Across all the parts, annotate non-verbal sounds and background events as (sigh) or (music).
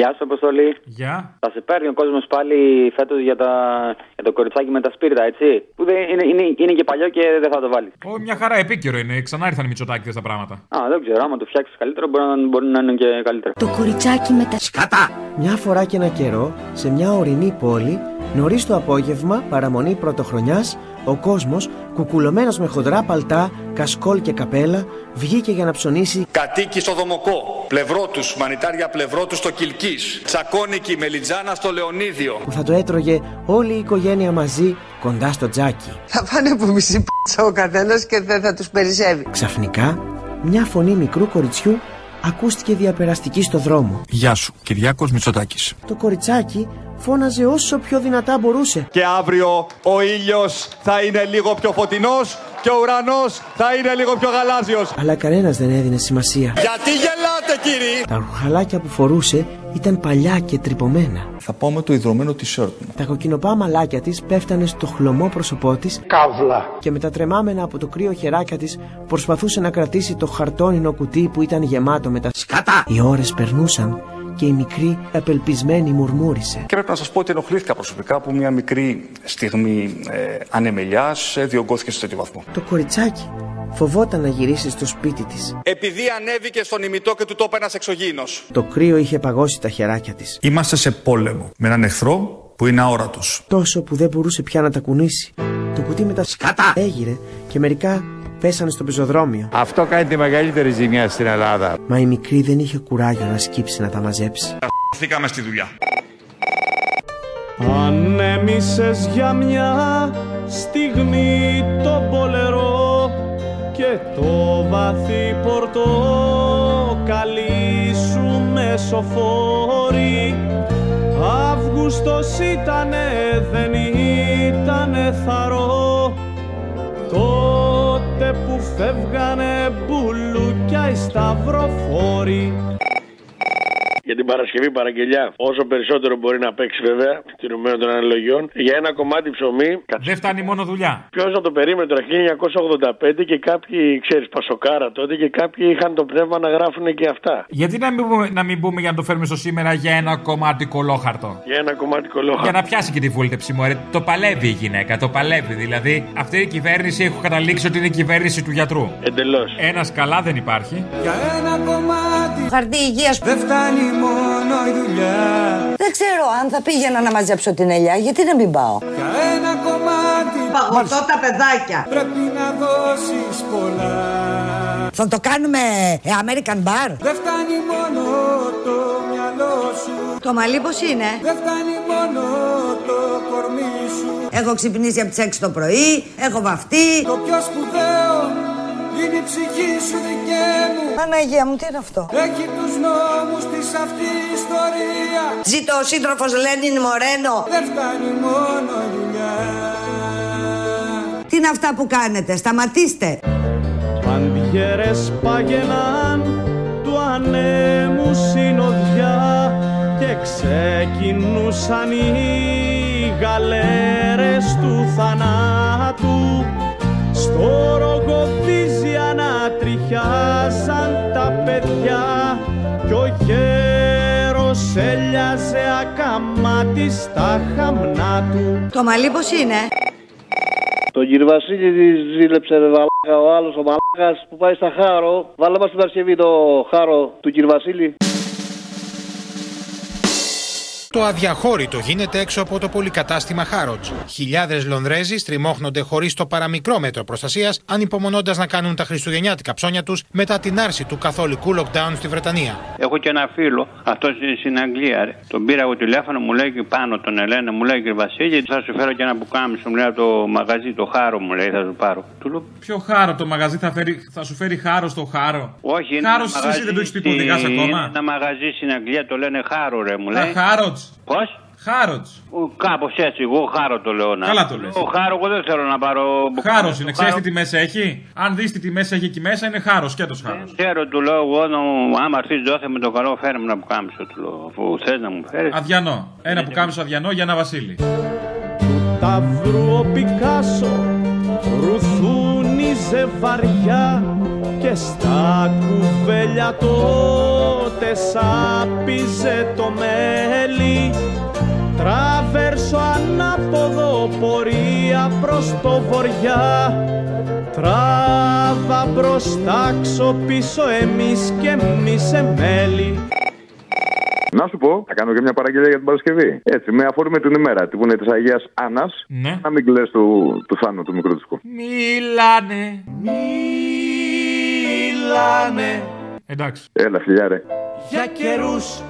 Γεια σα, Αποστολή. Γεια. Θα σε παίρνει ο κόσμος πάλι φέτος για, τα- για το κοριτσάκι με τα σπίρτα, έτσι. Που δεν, είναι, είναι, είναι και παλιό και δεν θα το βάλεις. Ω, μια χαρά επίκαιρο είναι. Ξανά ήρθαν οι Μητσοτάκηδες τα πράγματα. Α, δεν ξέρω. Άμα το φτιάξεις καλύτερο, μπορεί να, μπορεί να είναι και καλύτερο. Το κοριτσάκι με τα Μια φορά και ένα καιρό, σε μια ορεινή πόλη, νωρίς το απόγευμα, παραμονή πρωτοχρονιάς, ο κόσμος, κουκουλωμένος με χοντρά παλτά, κασκόλ και καπέλα, βγήκε για να ψωνίσει Κατοίκοι στο Δομοκό, πλευρό τους, μανιτάρια πλευρό τους στο Κυλκής, Τσακώνικη Μελιτζάνα στο Λεωνίδιο. που θα το έτρωγε όλη η οικογένεια μαζί κοντά στο τζάκι. Θα πάνε από μισή πίτσα ο καθένας και δεν θα τους περισσεύει. Ξαφνικά, μια φωνή μικρού κοριτσιού ακούστηκε διαπεραστική στο δρόμο. Γεια σου, Κυριάκος Μητσοτάκης. Το κοριτσάκι φώναζε όσο πιο δυνατά μπορούσε. Και αύριο ο ήλιος θα είναι λίγο πιο φωτεινός και ο ουρανός θα είναι λίγο πιο γαλάζιος. Αλλά κανένας δεν έδινε σημασία. Γιατί γελάτε κύριοι! Τα ρουχαλάκια που φορούσε ήταν παλιά και τρυπωμένα. Θα πάω με το ιδρωμένο t-shirt μου. Τα κοκκινοπά μαλάκια της πέφτανε στο χλωμό πρόσωπό της Καύλα. και με τα τρεμάμενα από το κρύο χεράκια της προσπαθούσε να κρατήσει το χαρτόνινο κουτί που ήταν γεμάτο με τα σκάτα. Οι ώρες περνούσαν και η μικρή απελπισμένη μουρμούρισε. Και πρέπει να σας πω ότι ενοχλήθηκα προσωπικά που μια μικρή στιγμή ε, ανεμελιάς διωγγώθηκε σε τέτοιο βαθμό. Το κοριτσάκι φοβόταν να γυρίσει στο σπίτι της. Επειδή ανέβηκε στον ημιτό και του τόπε ένας εξωγήινος. Το κρύο είχε παγώσει τα χεράκια της. Είμαστε σε πόλεμο με έναν εχθρό που είναι αόρατος. τόσο που δεν μπορούσε πια να τα κουνήσει. Το κουτί με τα σκάτα έγειρε και μερικά πέσανε στο πεζοδρόμιο. Αυτό κάνει τη μεγαλύτερη ζημιά στην Ελλάδα. Μα η μικρή δεν είχε κουράγιο να σκύψει να τα μαζέψει. Χαθήκαμε στη δουλειά. Ανέμισες για μια στιγμή το πολερό και το βαθύ πορτοκαλί σου με σοφόρι Αύγουστος ήτανε, δεν ήτανε θαρό τότε που φεύγανε μπουλούκια οι σταυροφόροι Για την Παρασκευή παραγγελιά, όσο περισσότερο μπορεί να παίξει βέβαια, τηρουμένο των αναλογιών, για ένα κομμάτι ψωμί. Δεν φτάνει μόνο δουλειά. Ποιος να το περίμενε τώρα, 1985 και κάποιοι, ξέρεις, Πασοκάρα τότε και κάποιοι είχαν το πνεύμα να γράφουν και αυτά. Γιατί να μην, πούμε, να μην πούμε για να το φέρουμε στο σήμερα για ένα κομμάτι κολόχαρτο. Για ένα κομμάτι κολόχαρτο. Για να πιάσει και τη βούλτεψη μου, ρε. Το παλεύει η γυναίκα, το παλεύει. Δηλαδή, αυτή η κυβέρνηση έχω καταλήξει ότι είναι η κυβέρνηση του γιατρού. Εντελώς. Ένας καλά δεν υπάρχει. Χαρτί υγείας. Δεν φτάνει μόνο η δουλειά. Δεν ξέρω αν θα πήγαινα να μαζέψω την ελιά, γιατί να μην πάω. Παγωτώ τα παιδάκια. Πρέπει να δώσεις πολλά. Θα το κάνουμε ε, American Bar. Δεν φτάνει μόνο το μυαλό σου. Το μαλλί πως είναι. Δεν φτάνει μόνο το κορμί σου. Έχω ξυπνήσει από τις 6 το πρωί, έχω βαφτεί. Το πιο σπουδαίο είναι η ψυχή σου δικαί μου. Παναγία μου, τι είναι αυτό. Ζήτω ο σύντροφος Λένιν Μορένο. Δεν φτάνει μόνο δουλειά. Τι είναι αυτά που κάνετε, σταματήστε. Παντιέρες παγενάν του ανέμου συνοδιά και ξεκινούσαν οι γαλέρες του θανάτου στο ρογοδίζια να τριχιάσαν τα παιδιά κι ο γέρος έλιαζε ακαμάτι στα χαμνά του Το μαλλί πως είναι. Τον κύριο Βασίλη τη ζήλεψε με μαλάκα ο άλλος ο μαλάκας που πάει στα χάρο. Βάλε μας την Παρασκευή το χάρο του κύριου Βασίλη. Το αδιαχώρητο γίνεται έξω από το πολυκατάστημα Χάροτ. Χιλιάδες Λονδρέζοι στριμώχνονται χωρίς το παραμικρό μέτρο προστασίας, ανυπομονώντας να κάνουν τα χριστουγεννιάτικα ψώνια τους μετά την άρση του καθολικού lockdown στη Βρετανία. Έχω και ένα φίλο, αυτός είναι στην Αγγλία. Ρε. Τον πήρα εγώ τηλέφωνο, μου λέει και πάνω τον Ελένα, μου λέει κύριε Βασίλη, θα σου φέρω και ένα πουκάμισο, μου λέει από το μαγαζί, το χάρο μου λέει, θα σου πάρω. Του λέω, Ποιο χάρο το μαγαζί θα, φέρει, θα σου φέρει χάρο στο χάρο. όχι, είναι Χάρο ένα εσύ δεν το έχεις πει που στη- οδηγάς είναι ακόμα. Ένα μαγαζί στην Αγγλία το λένε χάρο, ρε μου Τα λέει. χάροτ. Πώς? Χάροτ. Κάπως έτσι, εγώ χάρο το λέω να. Καλά το λες. Ο χάρο, εγώ δεν θέλω να πάρω. Χάρος είναι. Ξέρεις Χάρο- τι τιμές έχει. Αν δεις τι τιμές έχει εκεί μέσα, είναι χάρος και το χάρο. Ξέρω, του λέω εγώ, να μου- άμα αρχίσει δόθε με το καλό, φέρε μου να που κάμψω. Του λέω, αφού θες να μου φέρεις. Αδιανό. Ένα Ναι, που κάμισε αδιανό για ένα βασίλη. Ταύρου ο Πικάσο ρουθούνιζε βαριά και στα κουβέλια τότε σάπιζε το μέλι Τραβέρσο ανάποδο πορεία προς το βοριά Τράβα μπροστά ξοπίσω εμείς και εμείς εμέλη Να σου πω, θα κάνω και μια παραγγελία για την Παρασκευή. Έτσι, με αφορμή την ημέρα, την που είναι της Αγίας Άννας. Ναι. Να μην κλε του, του θάνου του μικρού του Μιλάνε. Μιλάνε Εντάξει. Έλα, φιλιά, ρε. για καιρούς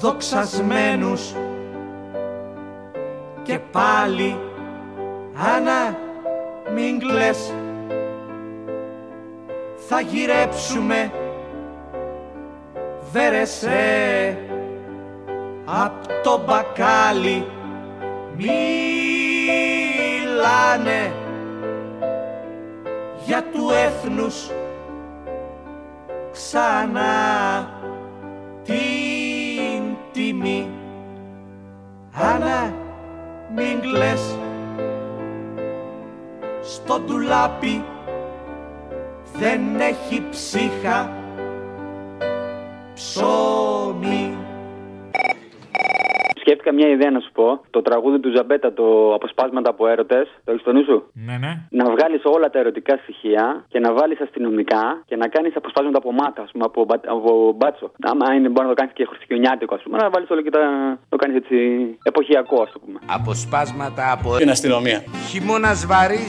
δοξασμένους και πάλι Άννα μην κλαις θα γυρέψουμε βέρεσέ απ' το μπακάλι μιλάνε για του έθνους ξανά την τιμή. Άννα, μην κλαις στο ντουλάπι δεν έχει ψύχα ψωμί. Σκέφτηκα μια ιδέα να σου πω. Το τραγούδι του Ζαμπέτα, το Αποσπάσματα από έρωτες. Το έχεις στο νου σου. Ναι, ναι. Να βγάλεις όλα τα ερωτικά στοιχεία και να βάλεις αστυνομικά και να κάνεις αποσπάσματα από μάτα, ας πούμε, από, μπα- από μπάτσο. Άμα είναι, μπορεί να το κάνεις και χριστιανιάτικο, ας πούμε, να βάλεις όλο και τα. το κάνεις έτσι εποχιακό, ας πούμε. Αποσπάσματα από Την αστυνομία. Χειμώνας βαρύς.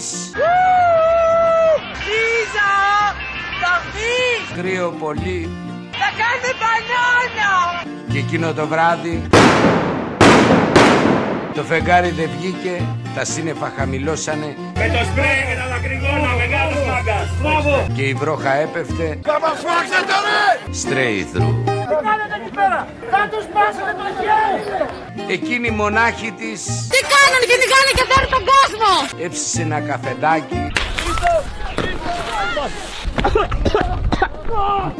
Ρίζα! Θα βγει! Κρύο πολύ. Θα κάνει μπανάνα! Και εκείνο το βράδυ. Το φεγγάρι δεν βγήκε. Τα σύννεφα χαμηλώσανε. Με το σπρέι και τα δακρυγόνα, μεγάλος μάγκας! Μπράβο! Και η βρόχα έπεφτε. Θα μας φάξετε ρε! Straight through. Τι κάνετε εκεί πέρα! Θα τους πάσετε το χέρι! Εκείνη η μονάχη της Τι κάνανε και τι κάνανε και φέρνει τον κόσμο! έψησε ένα καφεντάκι.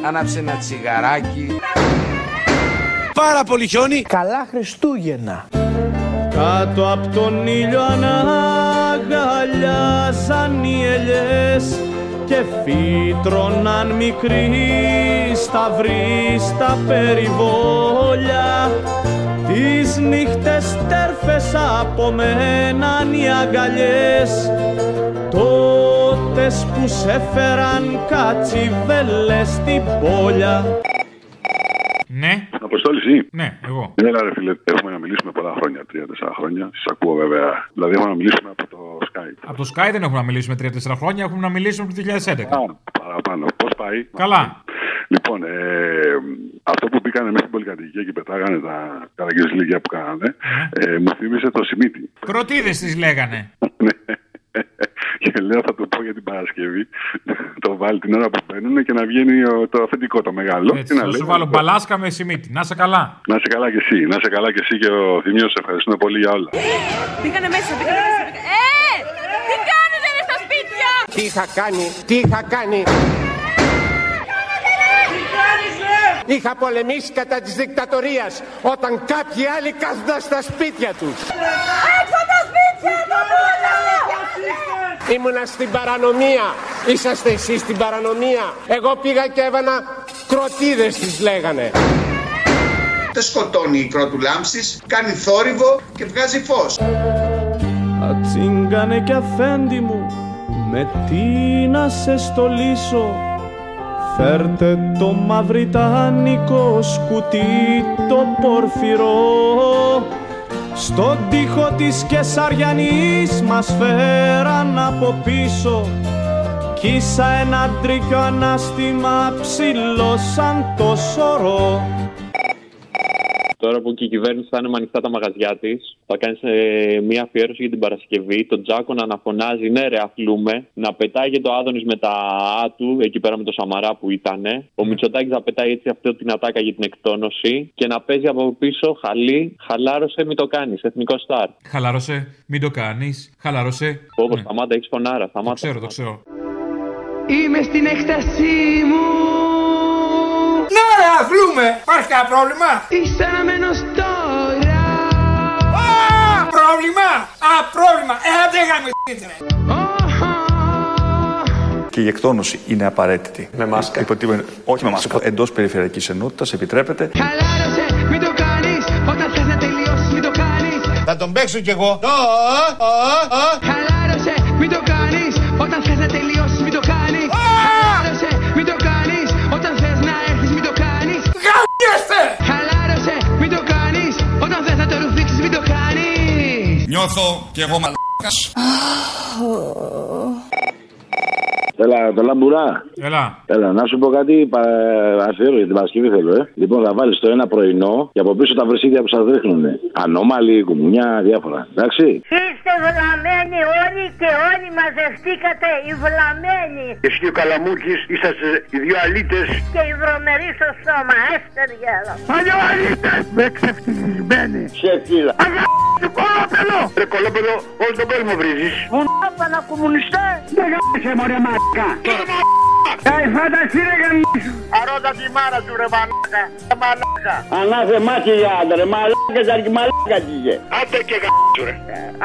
Άναψε ένα τσιγαράκι. Πάρα πολύ χιόνι. Καλά Χριστούγεννα. Κάτω από τον ήλιο αναγκαλιάζαν οι ελιές και φύτρωναν μικροί σταυροί στα περιβόλια Τις νύχτες τέρφες απομέναν οι αγκαλιές Τότες που σε φέραν κατσιβέλες στην πόλια Ναι. Αποστόλη, εσύ. Ναι, εγώ. Έλα, ρε φίλε, έχουμε να μιλήσουμε πολλά χρόνια, τρία-τέσσερα χρόνια. Σας ακούω, βέβαια. Δηλαδή, έχουμε να μιλήσουμε από το Skype. Από το Sky δεν έχουμε να μιλήσουμε 3-4 χρόνια, έχουμε να μιλήσουμε από το 2011. Παραπάνω. Πώς πάει. Καλά. Λοιπόν, ε, αυτό που μπήκανε μέσα στην πολυκατοικία και πετάγανε τα καραγκιόζηλικια που κάνανε, Ναι. ε, μου θύμισε το Σιμίτι. Ναι. Κροτίδες τις λέγανε. Και λέω, θα το πω για την Παρασκευή. το βάλει την ώρα που μπαίνουν και να βγαίνει ο- το αφεντικό το μεγάλο. Έτσι, και να θα σου λέει, βάλω μπαλάσκα με σιμίτι. Να σε καλά. Να είσαι καλά κι εσύ, να είσαι καλά κι εσύ και ο Θημίο, σε ευχαριστούμε πολύ για όλα. Πήγανε μέσα, πήγανε μέσα. πήγανε- Ε! Τι κάνετε ρε στα σπίτια! Τι είχα κάνει, τι είχα κάνει. Τι κάνεις ρε! Είχα πολεμήσει κατά της δικτατορίας όταν κάποιοι άλλοι κάθονταν στα σπίτια τους. Έξω τα σπίτια του Ήμουνα στην παρανομία. Είσαστε εσείς στην παρανομία. Εγώ πήγα και έβανα κροτίδες τις λέγανε. Τε σκοτώνει η κρότου λάμψης, κάνει θόρυβο και βγάζει φως. Ατσίγκανε κι αφέντη μου Με τι να σε στολίσω Φέρτε το μαυριτάνικο σκουτί το πορφυρό Στον τοίχο της Κεσαριανής μας φέραν από πίσω Κύσα ένα τρίκιο ανάστημα ψηλό σαν το σωρό Τώρα που και η κυβέρνηση θα είναι με ανοιχτά τα μαγαζιά της, θα κάνει ε, μια αφιέρωση για την Παρασκευή. Τον Τζάκο να αναφωνάζει, ναι, ρε, αφλούμε. Να πετάγει το Άδωνης με τα «Α» του, εκεί πέρα με το Σαμαρά που ήταν. Ο Μητσοτάκης θα πετάει έτσι αυτή την ατάκα για την εκτόνωση. Και να παίζει από πίσω χαλή, χαλάρωσε, μην το κάνεις. Εθνικό στάρ. Χαλάρωσε, μην το κάνεις. Χαλάρωσε. Όπω σταμάτα, έχεις φωνάρα. Σταμάτα. Ξέρω, το ξέρω. Είμαι στην έκτασή μου Ναι ρε, αθλούμε. Υπάρχει κανένα πρόβλημα. Είσαι αναμένος τώρα Πρόβλημα! Α, πρόβλημα! Έλα, δεν γαμηθείτε, ρε! και η εκτόνωση είναι απαραίτητη. Με μάσκα. όχι με μάσκα. Εντός περιφερειακής ενότητας επιτρέπεται. Μην το κάνεις, όταν θες να τελειώσεις μην το κάνεις Θα τον παίξω κι εγώ. Χαλάρωσε, μην το κάνεις, όταν θες να τελειώσεις μην το κάνεις Χαλάρωσε, μην το κάνεις, όταν θες να έρθεις μην το κάνεις Γαμιέσαι! Χαλάρωσε, μην το κάνεις, όταν θες να το ρουφήξεις μην το κάνεις Νιώθω κι εγώ μαλάκας. Έλα, το λαμπουρά. Έλα. Έλα, να σου πω κάτι πα... αφιέρω για την Παρασκευή θέλω, ε. Λοιπόν, θα βάλεις το ένα πρωινό και από πίσω τα βρεσίδια που σας ρίχνουν. Ανώμαλοι, κουμουνιά, διάφορα. Εντάξει. Είστε βλαμμένοι όλοι και όλοι μαζευτήκατε οι βλαμμένοι Εσύ και ο Καλαμούκης είσαστε οι δύο αλήτες. και οι βρωμεροί στο σώμα. Έστε διάλο. Με ξεφτυλισμένοι. Ξεφτύλα. Αγάπη, κολόπεδο. Ρε κολόπεδο, όλο τον κόσμο βρίζεις. Βουνάπανα κομμουνιστές. Δεν γάμισε, μωρέ μαλάκα. Ε, φανταστεί ρε γαμίσου. Αρώτα τη μάρα σου ρε μαλάκα. Ε, Μαλάκα. Ανάθεμά και για άντρε, μαλάκα και αργυμαλάκα τι είχε. Άντε και γαμίσου ρε.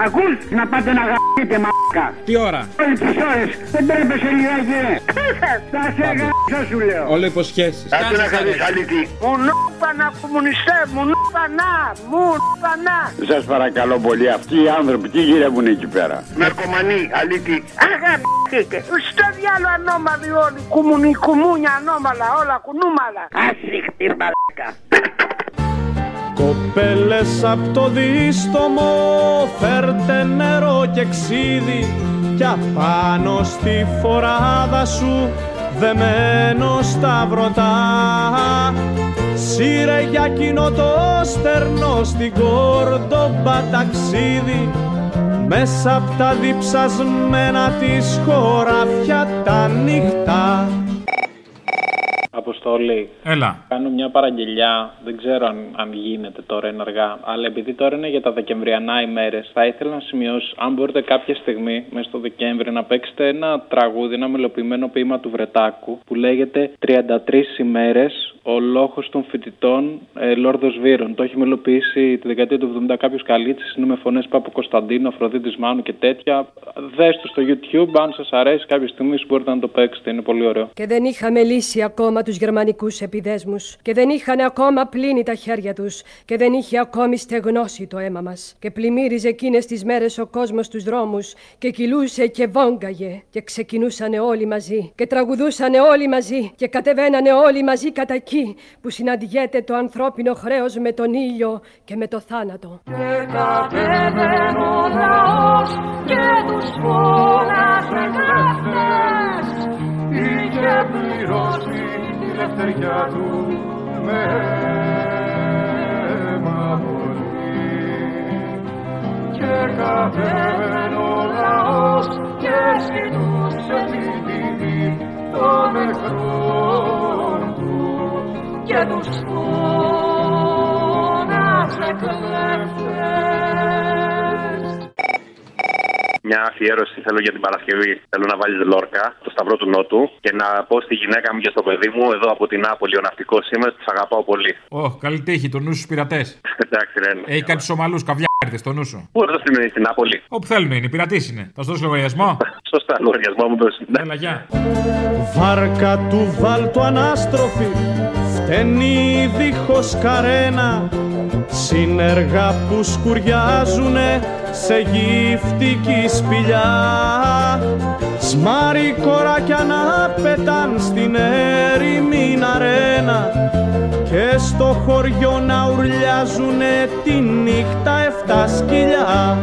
Ακούς να πάτε να γαμπείτε μαλάκα. Τι ώρα. Όλες τις ώρες, δεν τρέπεσαι λιγάκι ρε. Θα σε γαμίσω σου λέω. Όλο υποσχέσεις. Άντε να χαρείς αλήτη. Μουνόπανα κομμουνιστέ, μουνόπανα, μουνόπανα. Σας παρακαλώ πολύ, αυτοί οι άνθρωποι τι γυρεύουν εκεί πέρα. Ναρκωμανή, αλήτη. Αγαμιστείτε. Στο διάλο ανώμαλοι όλοι. Κουμουνι, κουμούνια ανώμαλα, όλα κουνούμαλα. Άσυχτη μαλάκα. Κοπέλες απ' το δίστομο φέρτε νερό και ξύδι κι απάνω στη φοράδα σου δεμένο σταυρωτά Σύρε για κοινό το στερνό στην κόρντομπα ταξίδι μέσα απ' τα διψασμένα της χωράφια τα νύχτα Αποστολή. Έλα. Κάνω μια παραγγελιά. Δεν ξέρω αν, αν γίνεται τώρα, είναι αργά. Αλλά επειδή τώρα είναι για τα Δεκεμβριανά ημέρες, θα ήθελα να σημειώσω αν μπορείτε κάποια στιγμή μέσα στο Δεκέμβρη να παίξετε ένα τραγούδι, ένα μελοποιημένο ποίημα του Βρετάκου που λέγεται 33 ημέρες ο λόγο των φοιτητών ε, Λόρδος Βύρων. Το έχει μελοποιήσει τη δεκαετία του 70 κάποιο καλύτσι. Είναι με φωνές Πάπου Κωνσταντίνου, Αφροδίτης Μάνου και τέτοια. Δες το στο YouTube, αν σας αρέσει κάποια στιγμή μπορείτε να το παίξετε. Είναι πολύ ωραίο. Και δεν είχαμε λύσει ακόμα τους γερμανικούς επιδέσμους και δεν είχαν ακόμα πλύνει τα χέρια τους και δεν είχε ακόμη στεγνώσει το αίμα μας. Και πλημμύριζε εκείνες τις μέρες ο κόσμος τους δρόμους και κυλούσε και βόγκαγε και ξεκινούσανε όλοι μαζί και τραγουδούσανε όλοι μαζί και κατεβαίνανε όλοι μαζί κατά εκεί που συναντιέται το ανθρώπινο χρέος με τον ήλιο και με το θάνατο. Κατέβαινε ο λαός και τους φώναζε καυτές Είχε πληρώσει τη λευτεριά του με αίμα πολύ Και κατέβαινε ο λαός και ζητούσε την τιμή των εχθρών του Και τους φώναζε κλέφτες Μια αφιέρωση θέλω για την Παρασκευή. Θέλω να βάλεις Λόρκα, το Σταυρό του Νότου, και να πω στη γυναίκα μου και στο παιδί μου, εδώ από την Νάπολη, ο ναυτικός είμαι, τους αγαπάω πολύ. (laughs) Ω, καλή τύχη, τον νου στους πειρατές. Εντάξει, ρε. ναι. Έχει κάνει του Ομαλού καβιάρτε, το νου σου. Πού εδώ στην στην Νάπολη. Όπου θέλουν είναι, πειρατή είναι. Θα σου δώσω λογαριασμό. Σωστά, λογαριασμό μου δώσεις. Έλα, γεια. Βάρκα του βάλτου ανάστροφη Φταίνει δίχως καρένα Συνεργά που σκουριάζουνε σε γύφτικη σπηλιά Σμάρι κοράκια να πετάν στην έρημη αρένα Και στο χωριό να ουρλιάζουνε τη νύχτα εφτά σκυλιά